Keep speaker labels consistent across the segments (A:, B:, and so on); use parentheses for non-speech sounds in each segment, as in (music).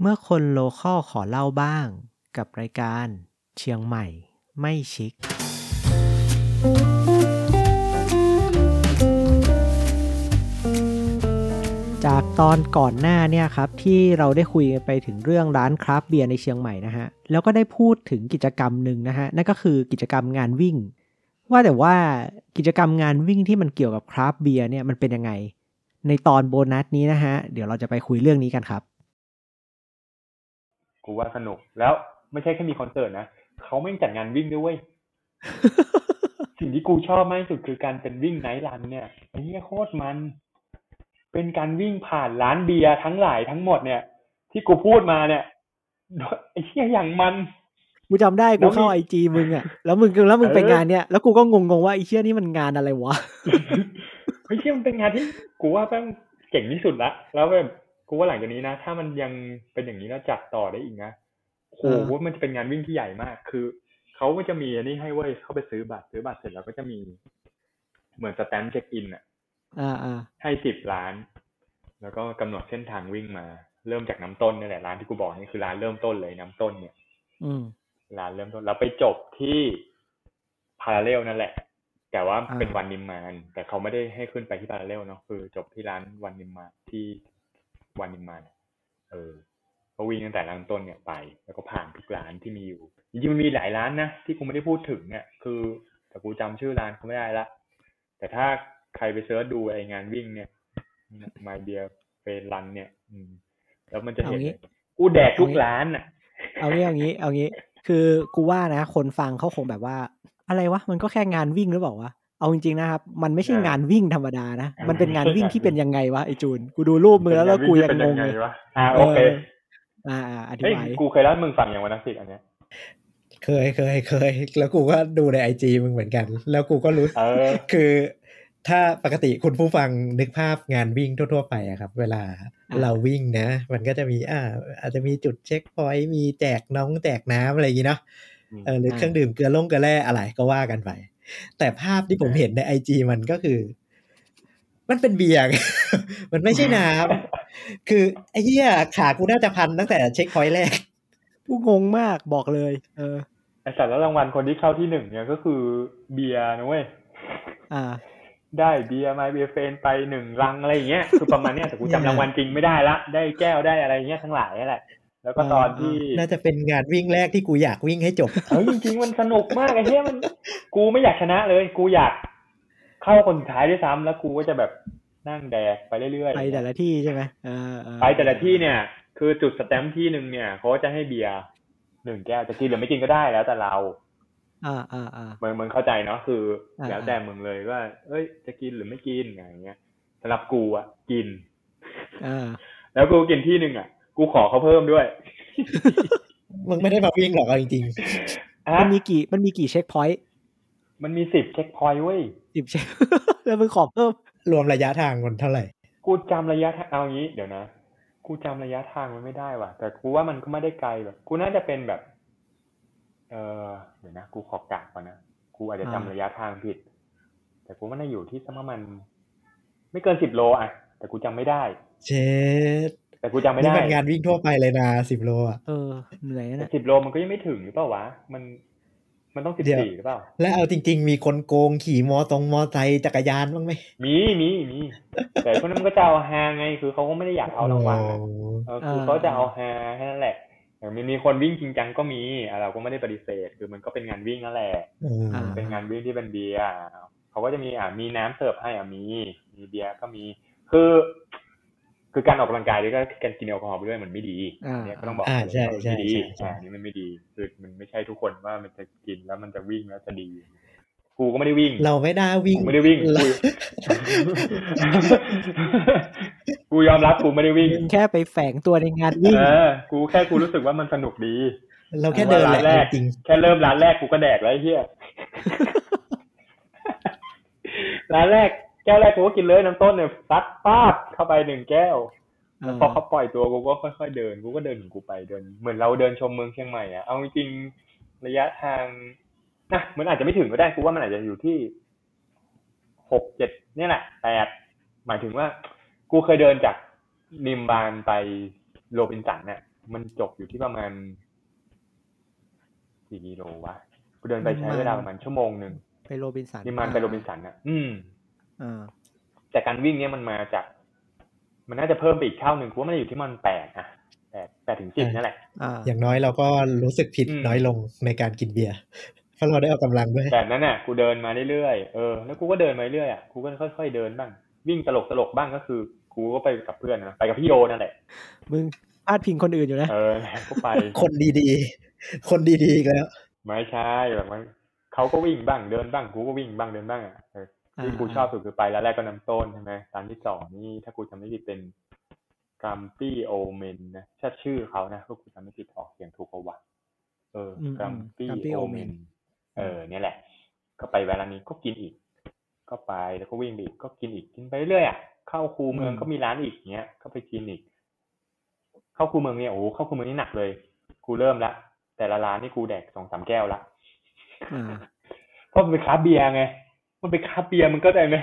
A: เมื่อคนโลคอลขอเล่าบ้างกับรายการ เชียงใหม่ ไม่ชิค จากตอนก่อนหน้าเนี่ยครับที่เราได้คุยกันไปถึงเรื่องร้านคราฟต์เบียร์ในเชียงใหม่นะฮะแล้วก็ได้พูดถึงกิจกรรมหนึ่งนะฮะนั่นก็คือกิจกรรมงานวิ่ง ว่าแต่ว่ากิจกรรมงานวิ่งที่มันเกี่ยวกับคราฟต์เบียร์เนี่ยมันเป็นยังไง ในตอนโบนัสนี้นะฮะเดี๋ยวเราจะไปคุยเรื่องนี้กันครับ
B: กูว่าสนุก แล้วไม่ใช่แค่มีคอนเสิร์ตนะเขาไม่งจัดงานวิ่งด้วยเวย สิ่งที่กูชอบมากที่สุดคือการเป็นวิ่งไนท์รันเนี่ยไอ้เหี้ยโคตรมัน เป็นการวิ่งผ่านร้านเบียร์ทั้งหลายทั้งหมดเนี่ย ที่กูพูดมาเนี่ย (laughs) ไอ้เหี้ยอย่างมัน
A: กูจำได้กูเข้า
B: แล้ว
A: ไอ
B: มี
A: จีมึงอะแล้วมึงแล้วมึงไป
B: เออ
A: งานเนี่ยแล้วกูก็งงๆว่าไอเชี่ยนี่มันงานอะไรวะ
B: (laughs) เฮ้ยเชี่ยมันเป็นงานที่กูว่าแม่งเจ๋งที่สุดละแล้วแบบกูว่าหลังจากนี้นะ ถ้ามันยังเป็นอย่างนี้แล้วจัดต่อได้อีกนะโอ้โห
A: เออ
B: ว่ามันจะเป็นงานวิ่งที่ใหญ่มาก คือเขาก็จะมีอันนี้ให้เว้ยเข้าไปซื้อบัตรซื้อบัตรเสร็จแล้วก็จะมี เหมือนสแตมป์เช็คอินอ่ะ
A: อ่าอ่า
B: ให้สิบร้าน แล้วก็กำหนดเส้นทางวิ่งมา เริ่มจากน้ำต้นนี่แหละร้านที่กูบอกนี่คือร้านเริ่มต้นเลยน้ำต้นเนี่ย
A: อืม
B: ร้านเริ่มต้นเราไปจบที่พาราเรลนั่นแหละ แต่ว่า
A: อ่า
B: เป็นวันนิมมาน แต่เขาไม่ได้ให้ขึ้นไปที่พาราเรลเนาะคือจบที่ร้านวันนิมมานที่วันนิมมานเออก็วิ่งตั้งแต่ร้านต้นเนี่ยไป แล้วก็ผ่านทุกร้านที่มีอยู่จริงๆมันมีหลายร้านนะที่กูไม่ได้พูดถึงเนี่ยคือแต่กูจำชื่อร้านเขาไม่ได้ละแต่ถ้าใครไปเสิร์ชดูไองานวิ่งเนี่ยมาเบียเฟรนเนี่ย อืม แล้วมันจะเห็นเลยกูแดกทุกร้านอ่ะ
A: เอางี้เอางี้เอางี้ คือกูว่านะ คนฟังเขาคงแบบว่า อะไรวะมันก็แค่งานวิ่งหรือเปล่าวะเอาจริงๆนะครับ มันไม่ใช่
B: อ่าง
A: งานวิ่งธรรมดานะ
B: อ่ามั
A: มันเป็นงานวิ่ง
B: ใช่
A: ที่เป็นยังไงวะไอจูน กูดูรูปมือแล้วแล้วกูยังงง
B: เล
A: เลย
B: ยว่าอ่าโอเค
A: อ่าอ่าอธิ
B: เฮ้ย
A: บาย
B: กูเคยเล่าให้มึงฟังอย่างวันนักศิษย์อันเนี้ย
C: เคยเคยเคย แล้วกูก็ดูในไอจีมึงเหมือนกัน แล้วกูก็รู้
B: เออ
C: คือถ้าปกติคุณผู้ฟังนึกภาพงานวิ่งทั่ว ๆ ไปอะครับ เวลาเราวิ่งนะ มันก็จะมีอ่าอาจจะมีจุดเช็คพอยต์มีแจกน้องแจกน้ำอะไรอย่างนี้เนาะ
B: อืม
C: เออหรือเครื่องดื่มเกลือล่งเกลือแร่อะไรก็ว่ากันไป แต่ภาพที่ผมเห็นในไอจีมันก็คือ มันเป็นเบียร์ มันไม่ใช่น้ำ (laughs) คือไอ้เหี้ยขากูน่าจะพันตั้งแต่เช็คพอยต์แร
B: (laughs)
C: ก
A: กูงงมากบอกเลย เออ
B: ไอสัตว์แล้วรางวัลคนที่เข้าที่หนึ่งเนี่ยก็คือเบียร์นะเว้ย
A: อ่า
B: ได้เบียร์มาเบียร์เฟนไปหนึ่งลังอะไรอย่างเงี้
A: (laughs)
B: ย คือประมาณเนี้ยแต่กูจำรางวัลจริงไม่ได้ละ ได้แก้วได้อะไรเงี้ยทั้งหลายนั่นแหละ แล้วก็ตอนที่
C: น่าจะเป็นงานวิ่งแรกที่กูอยากวิ่งให้จบ (laughs)
B: เฮ้ยจริงๆมันสนุกมากไอ้เหี้ยมัน กูไม่อยากชนะเลย กูอยากเข้าคนสุดท้ายด้วยซ้ำแล้วกูก็จะแบบนั่งแดกไปเรื่อยๆ
A: ไปแต่ละที่ใช่ไหมเออเออ
B: ไปแต่ละที่เนี่ย คือจุดสแตมป์ที่หนึ่งเนี่ยเขาจะให้เบียร์หนึ่งแก้วจะกินหรือไม่กินก็ได้แล้วแต่เรา
A: อ่าอ่าอ่า
B: เหมือนเหมือนเข้าใจเนาะคืออา แล้วแต่มึงเลยว่า เอ้ย จะกินหรือไม่กินอะไรอย่างเงี้ยสำหรับกูอ่ะกิน
A: อ่า
B: แล้วกูกินที่หนึ่งอ่ะ กูขอเขาเพิ่มด้วย
C: มึงไม่ได้มาวิ่งหรอกเอาจริง
B: อ่ะ
A: มันมีกี่มันมีกี่เช็คพอยต์
B: มันมีสิบเช็คพอยต์เว้ย
A: สิบเช็ค (laughs) แล้วมึงขอเพิ่ม
C: ๆ รวมระยะทางมันเท่าไหร่
B: กูจำระยะทางเอางี้เดี๋ยวนะกูจำระยะทางมันไม่ได้ว่ะ แต่กูว่ามันก็ไม่ได้ไกลแบบกูน่าจะเป็นแบบ เออเดี๋ยวนะกูขอกลับก่อนนะกูอาจจะจำระยะทางผิด แต่กูว่าน่าอยู่ที่สักประมาณไม่เกินสิบโลอ่ะ แต่กูจำไม่ได้
C: เช็ด
B: แต่กูจำไม่
C: นี่
B: ได้
C: มันงานวิ่งทั่วไปเลยนะสิบโลอะ
A: เออเหนื่อยนะเนี่ย
B: สิบโลมันก็ยังไม่ถึงหรือเปล่าวะมันมันต้องสิบสี่หรือเปล่า
C: และเอาจริง ๆ มีคนโกงขี่มอตรงมอไซค์จักรยานบ้างไหม
B: มีมีมีแต่คนนั้นมันก็จะเอาฮาไงคือเขาก็ไม่ได้อยากเอารางวัลอะ
C: โอ้
B: เออคืออา เขาจะเอาฮาแค่นั้นแหละอย่างมีมีคนวิ่งจริงจังก็มีอ่ะเราก็ไม่ได้ปฏิเสธ คือมันก็เป็นงานวิ่งนั่นแหละ
C: เอออา
B: เป็นงานวิ่งที่เป็นเบียร์อ่ะเขาก็จะมีอ่ะมีน้ำเสิร์ฟให้อ่ะมี มีเบียร์ก็มี คือ คือการออกกำลังกายด้วยก็การกินแอลกอฮอล์ไปด้วยมันไม่ดี
A: อ่า
B: อันเนี่ยก็ต้องบอก
C: อ่าใช่
B: ว่ามัน
C: ใช่
B: ไม่ดี
C: ใช่ใช่
B: อ่าอันนี่มันไม่ดี คือมันไม่ใช่ทุกคนว่ามันจะกินแล้วมันจะวิ่งแล้วจะดี กูก็ไม่ได้วิ่ง
C: เราไม่ได้วิ่ง
B: กูไม่ได้วิ่งกู (laughs)
C: เรา
B: กูยอมรับกูไม่ได้วิ่ง
A: แค่ไปแฝงตัวในงานวิ่ง
B: เออ กูแค่กูรู้สึกว่ามันสนุกดี
C: เราแค่เดินแหละ
B: ร้านแรก
C: จริง
B: แค่เริ่มร้านแรกกูก็แดกแล้วไอ้เฮีย (laughs) ร้านแรกแก้วแรกกูก็กินเลยน้ำต้นเนี่ยซัดป้าบเข้าไปหนึ่งแก้ว
A: เออ
B: พอเขาปล่อยตัวกูก็ค่อยๆเดิน กูก็เดินของกูไปเดิน เหมือนเราเดินชมเมืองเชียงใหม่อะเอาจริงๆระยะทางนะมันอาจจะไม่ถึงก็ได้กูว่ามันอาจจะอยู่ที่หกเจ็ดเนี่ยแหละแปดหมายถึงว่า กูเคยเดินจากนิมบานไปโรบินสันเนี่ย มันจบอยู่ที่ประมาณกี่กิโลวะกูเดินไปใช้เวลาประมาณชั่วโมงหนึ่ง
A: ไปโรบินสัน
B: นิมมานไปโรบินสันอ่ะ อืม
A: อ่า
B: แต่การวิ่งเนี้ยมันมาจาก มันน่าจะเพิ่มไปอีกเท่าหนึ่งกูว่ามันอยู่ที่มันแปดอ่ะแปดแปดถึงสิบนั่นแหละ
A: อ่า
C: อย่างน้อยเราก็รู้สึกผิด
B: อืม
C: น้อยลงในการกินเบียร์เพราะเราได้ออกกำลังด้วย
B: แบบนั้นน่ะกูเดินมาเรื่อยๆ เออ แล้วกูก็เดินมาเรื่อยๆอ่ะ กูก็ค่อยๆเดินบ้าง วิ่งตลกตลกๆบ้างก็คือ กูก็ไปกับเพื่อนนะ ไปกับพี่โยนั่นแหละ
A: มึงพาดพิงคนอื่นอยู่นะ
B: เอ (laughs) อก็ไป
C: คนดีๆ คนดีๆอีกแล้ว
B: ไม่ใช่แบบมันเขาก็วิ่งบ้างเดินบ้าง กูก็วิ่งบ้างเดินบ้างอ่ะเออที่กูชอบสุดคือไปแล้วแรกก็น้ำต้นใช่ไหมร้านที่สองนี่ถ้ากูจำไม่ผิดเป็นกัมปี้โอเมนนะถ้าชื่อเขานะถ้ากูจำไม่ผิดออกเสียงถูกเขาวะเออ
A: อืม
B: กั
A: อื
B: ม
A: มกัม
B: ปี้
A: ปี้
B: โอ
A: โอ
B: เม
A: เม
B: น
A: น
B: เออเนี่ยแหละ ก็ไปเวลานี้ก็กินอีก ก็ไปแล้วก็วิ่งไปอีกก็กินอีกกินไปเรื่อยอ่ะเข้าคูเมือง
C: อืม
B: ก็มีร้านอีกเงี้ยก็ไปกินอีก เข้าคูเมืองเนี่ยโอ้โหเข้าคูเมืองนี่หนักเลย กูเริ่มละแต่ละร้านนี่กูแดกสองสามแก้วละ
A: อ่า
B: เพราะมันเป็นคราฟต์เบียร์ไง มันเป็นคราฟต์เบียร์มันก็ได้ไหม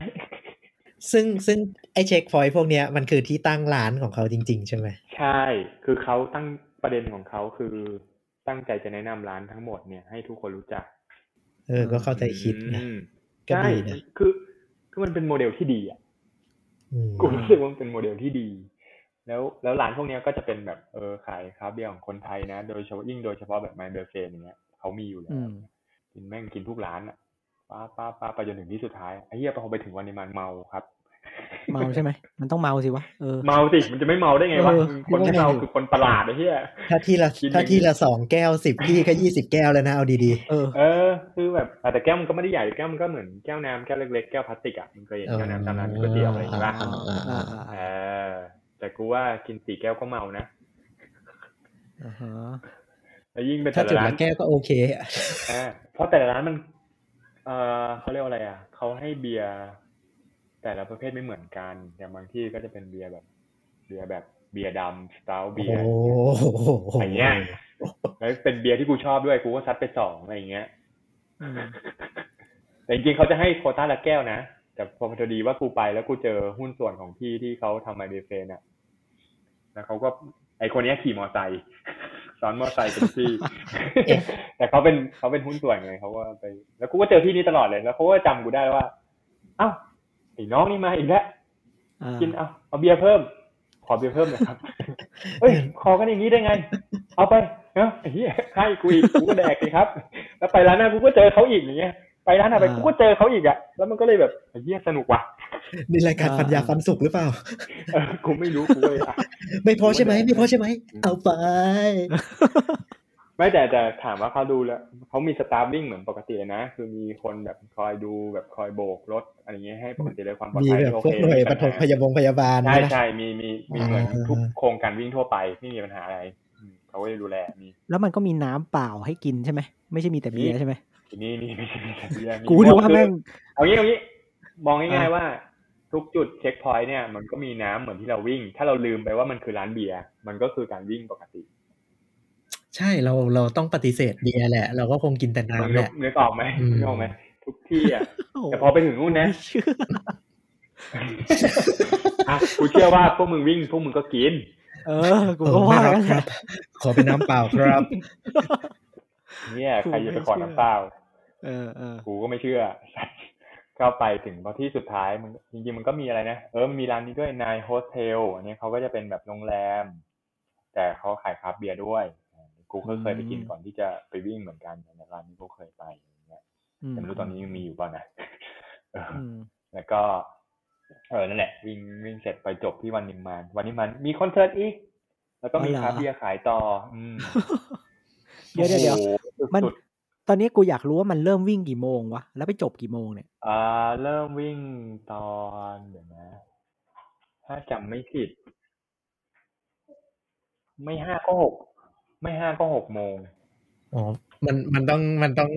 C: ซึ่งซึ่งไอเช็คพอยต์พวกเนี้ยมันคือที่ตั้งร้านของเขาจริง ๆ ใช่ไหม
B: ใช่ คือเขาตั้งประเด็นของเขาคือตั้งใจจะแนะนำร้านทั้งหมดเนี่ยให้ทุกคนรู้จัก
C: เออ ก็เข้าใจคิดนะ
B: อืม
C: ก็ดีนะ
B: ใช่คือ คือมันเป็นโมเดลที่ดีอ่ะ
C: อืม
B: กูรู้สึกว่ามันเป็นโมเดลที่ดี แล้วแล้วร้านพวกเนี้ยก็จะเป็นแบบเออขายคราฟต์เบียร์ของคนไทยนะ โดยเฉพาะยิ่งโดยเฉพาะแบบไมเบอร์เฟนอย่างเงี้ยเขามีอยู่แล้
A: อื
B: ว
A: ม
B: กินแม่งกินทุกร้านอ่ะป้าป้าป้าไปจนถึงที่สุดท้ายไอ้เหี้ยพอไปถึงวันในมันเมาครับ
A: เมาใช่ไหมมันต้องเมาสิวะเออ
B: เมาสิมันจะไม่เมาได้ไงวะ
A: เออ
B: คนที่
A: ใช่
B: เมาคือคนประหลาดไอ้เหี้ย
C: ถ้าที่ละ
B: กินอย่างนี้
C: ถ้าที่ละสองแก้วสิบที่ก็ยี่สิบแก้วแล้วนะ เอาดี
A: เออ
B: เออ คือแบบอ่ะแต่แก้วมันก็ไม่ได้ใหญ่แก้วมันก็เหมือนแก้วน้ำแก้วเล็กๆแก้วพลาสติกอ่ะมันเคยเห็น
C: ๆ
B: แก้วน้ำตามร้านก๋วยเตี๋ยวอะไรอย่างเงี้ยป่ะ
A: อ่าอ่าอ่าอ่า
B: เออ แต่กูว่ากินสี่แก้วก็เมานะ
A: อ่าฮะ
B: แล้วยิ่งเป็นแต่
C: ถ้า
B: ละ
C: จุด
B: ร้าน
C: ละแก้วก็โอเคอะ
B: เออเพราะแต่ละร้านมัน เออเขาเรียกว่าอะไรอ่ะเขาให้เบียร์แต่ละประเภทไม่เหมือนกัน อย่างบางที่ก็จะเป็นเบียร์แบบ เบียร์แบบเบียร์ดำสตาวเบีย
C: โอ้
B: ร์
C: โห
B: อย่างเงี้ยแล้วเป็นเบียร์ที่กูชอบด้วยกูก็ซัดไปสองอะไรอย่างเงี้ย
A: อืม
B: แต่จริงๆเขาจะให้โควต้าละแก้วนะ แต่พอพอดีว่ากูไปแล้วกูเจอหุ้นส่วนของพี่ที่เขาทำไมเบเฟนอ่ะ แล้วเขาก็ไอคนเนี้ยขี่มอไซค์ (laughs) ซ้อนมอไซค์เป็นพี่ (laughs) แต่เขาเป็นเขาเป็นหุ้นส่วนไงเขาก็ไป แล้วกูก็เจอพี่นี้ตลอดเลย แล้วเขาก็จำกูได้ว่า เอ้าไอ้น้องนี่มาอีกแล้ว
A: อ่า
B: กินเอาเอาเบียร์เพิ่ม ขอเบียร์เพิ่มหนะครับ
C: (laughs)
B: เอ้ย ขอกันอย่างนี้ได้ไง เอาไปเนาะไอ้เหี้ยให้กูอีกกูก็แดกเลยครับ แล้วไปร้านหน้ากูก็เจอเขาอีกอย่างเงี้ย ไปร้านหน้าไปกูก็เจอเขาอีกอ่ะ แล้วมันก็เลยแบบไอ้เหี้ยสนุกว่ะ (laughs)
C: นี่รายการปัญญาฟันสุกหรือเปล่า
B: เออกูไม่รู้กูเลยอ่ะ
C: ไม่พอใช่ไหมไม่พอใช่ไหม
B: อืม
C: เอาไป
B: ไม่แต่แต่ถามว่าเขาดูแล้วเขามีสตาร์วิ่งเหมือนปกติเลยนะ คือมีคนแบบคอยดูแบบคอยโบกรถอะไรเงี้ยให้ปกติเลยความปลอด
C: มี
B: ภัย
C: แบบ
B: โอ
C: พว
B: เค
C: กหน่วย
B: ไม่มี
C: ปฐ
B: ปั
C: ม
B: ญหา
C: พยาบงพยาบาล
B: ใช่
C: นะ
B: ใช่มีมีมีเหมือน
C: อ่า
B: ทุกโครงการวิ่งทั่วไปไม่มีปัญหาอะไรอืมเขาก็จะดูแลมี
A: แล้วมันก็มีน้ำเปล่าให้กินใช่ไหมไม่ใช่มีแต่เบียร์ใช่ไหม
B: นี่นี่ไม่ใช่เบียร์
A: กูนึกว่าแม่ง
B: เอางี้เอางี้มองง่าย
A: อ่ะ
B: ๆว่า ทุกจุดเช็คพอยต์เนี่ย มันก็มีน้ำเหมือนที่เราวิ่ง ถ้าเราลืมไปว่ามันคือร้านเบียร์มันก็คือการวิ่งปกติ
C: ใช่เราเราต้องปฏิเสธเบียร์แหละ เราก็คงกินแต่
B: มึง
C: น้ำ
B: นึก
C: แหละ
B: นึกออกไหม
C: อืม
B: นึกออกไหมทุกที่อ่ะ
A: โอ้โห
B: แต่พอไปถึงนู่นนะ
A: (laughs) ไม่เชื่อ
B: อ่ะกูเชื่อว่าพวกมึงวิ่งพวกมึงก็กิน
A: เออกู
C: เอ
A: ก็
C: อไม่
A: ว่า
C: รับ
A: กัน
C: ค
A: แห
C: รั
A: ละ
C: บ ขอเป็นน้ำเปล่าครับ
B: เนี่ยใครจะไปขอ
A: กูไม่เชื่อ
B: น้ำเปล่า
A: เออเออ
B: กูก็ไม่เชื่อ (laughs) เข้าไปถึงพอที่สุดท้ายมันจริงๆมันก็มีอะไรนะ เออมันมีร้านนี้ด้วยนายโฮสเทลอันนี้เขาก็จะเป็นแบบโรงแรม แต่เขาขายคราฟต์เบียร์ด้วยอ่ากูก็เคยไปกินก่อนที่จะไปวิ่งเหมือนกันแต่ร้านนี้กูเคยไปอย่างเงี้ย
A: อืม
B: แต่ไม่รู้ตอนนี้ยังมีอยู่เปล่านะเออ
A: อืม
B: แล้วก็ เออนั่นแหละ วิ่งวิ่งเสร็จไปจบที่วันนิมมานวันนิมมานมีคอนเสิร์ตอีก แล้วก็มีคราฟต์เบียร์ขายต่อ อืม
A: เดี๋ยวเดี๋ยวเดี๋ยว
B: โอ้โห
A: มัน
B: สุด
A: ตอนนี้กูอยากรู้ว่ามันเริ่มวิ่งกี่โมงวะ แล้วไปจบกี่โมงเนี่ย
B: อ่าเริ่มวิ่งตอนเดี๋ยวนะ ถ้าจำไม่ผิด ไม่ห้าก็หกไม่ห้าก็หกโมง
C: อ๋อ มันมันต้องมันต้อง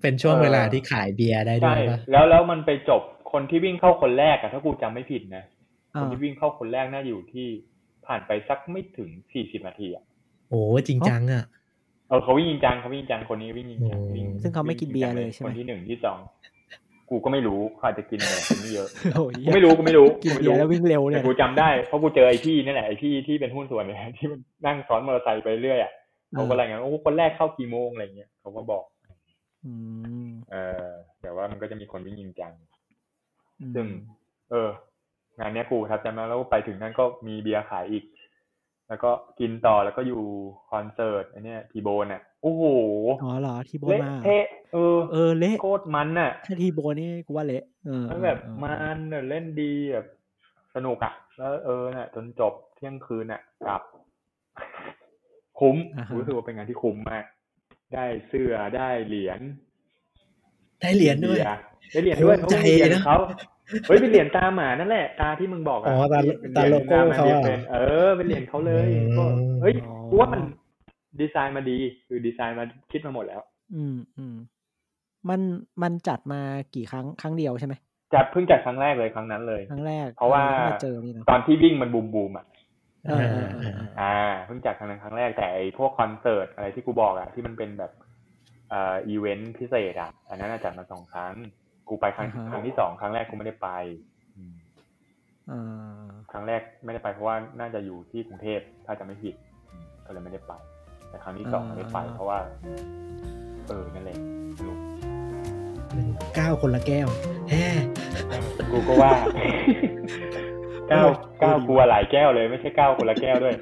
C: เป็นช่วง
B: เออ
C: เวลาที่ขายเบียร์ได้ด้ว
B: ใช่
C: ยป่ะ
B: แล้วแล้วมันไปจบคนที่วิ่งเข้าคนแรกอะถ้ากูจำไม่ผิดนะ
A: อ่า
B: คนที่วิ่งเข้าคนแรกน่าอยู่ที่ผ่านไปสักไม่ถึงสี่สิบนาทีอะ
C: โอ้จริงจังอ่ะ
B: เออเขาวิ่งจริงจังเขาวิ่งจริงจังคนนี้วิ่งจริงจังวิ่ง
A: ซึ่งเขาไม่กินเบียร์เลยใช่ไหม
B: คนที่หนึ่งที่สอง กูก็ไม่รู้เขาอาจจะกินอะไรกินไม่
A: (laughs)
B: เยอะ
A: โอ้ย
B: กูไม่รู้กูไม่รู้
A: กิน
B: กูไม่
A: เบียร์
B: รู้
A: แล้ววิ่งเร็วเนี่
B: แต่
A: ย
B: กูจำได้เพราะกูเจอไอ้พี่นี่แหละไอ้พี่ที่เป็นหุ้นส่วนเนี่ย (laughs) ที่มันนั่งซ้อนมอเตอร์ไซค์ไปเรื่อยอ่ะเขาก็รายงานว่าโอ้คนแรกเข้ากี่โมงอะไรเงี้ยเขาก็บอก
A: อืม
B: เออแต่ว่ามันก็จะมีคนวิ่งยิงจัง
A: อืม
B: ซึ่ง เออ งานเนี้ยกูครับจำได้แล้วไปถึงนั่นก็มีเบียร์ขายอีก แล้วก็กินต่อแล้วก็อยู่คอนเสิร์ตไอเนี้ยทีโบนอ่ะโอ้โห
A: อ๋อเหรอที่โบน
B: เละ
A: มา
B: เทะเออ
A: เออเละ
B: โคตรมันน่ะ
A: ถ้าทีโบนนี่กูว่าเละเออ
B: แล้วแบบ
A: เออ
B: มันเนี่ยเล่นดีแบบสนุกอ่ะ แล้วเออเนี่ยจนจบเที่ยงคืนน่ะกลับ คุ้มรู้สึกว่าเป็นงานที่คุ้มมาก ได้เสื้อได้เหรียญ
C: ได้เหรียญด้วย
B: เบีร์ได้เหรียญด้วย
C: ภู
B: เขา
C: มิใจ
B: มีเหรียญ
C: นะ
B: เขาเฮ้ยเป็นเหรียญตาหมานั่นแหละ ตาที่มึงบอก
C: อ๋
B: อ่ะ
C: อตา
B: เป็นเหรียญ
C: ตาโลโก้เขาอะ
B: ตหมเป็นเออเป็นเหรียญเขาเลย
C: อืม
B: ก็เฮ้ยกูว่ามันดีไซน์มาดี คือดีไซน์มาคิดมาหมดแล้ว
A: อืมอืมมันมันจัดมากี่ครั้งครั้งเดียวใช่ไหม
B: จัดเพิ่งจัดครั้งแรกเลยครั้งนั้นเลย
A: ครั้งแรก
B: เพราะว่า
A: ออที่มาเจอนี่นะ
B: ตอนที่วิ่งมันบูมบูมๆอ่ะ
A: เออเออเออเออ
B: อ่าเพิ่งจัดครั้งนั้นครั้งแรกแต่ไอ้พวกคอนเสิร์ตอะไรที่กูบอกอะที่มันเป็นแบบเอ่ออีเวนต์พิเศษอะอันนั้นอะจัดมาสองครั้ง กูไปครั้งครั้งที่สองครั้งแรกกูไม่ได้ไปอืม
A: เออ
B: ครั้งแรกไม่ได้ไปเพราะว่าน่าจะอยู่ที่กรุงเทพถ้าจะไม่ผิดอืมก็เลยไม่ได้ไป แต่ครั้งที่สองได้ไป เพราะว่า เออนั่นแหละลูก
C: เก้าคนละแก้วแฮ่
B: กูก็ว่า เก้าเก้ากูอะหลายแก้วเลยไม่ใช่เก้าคนละแก้วด้วย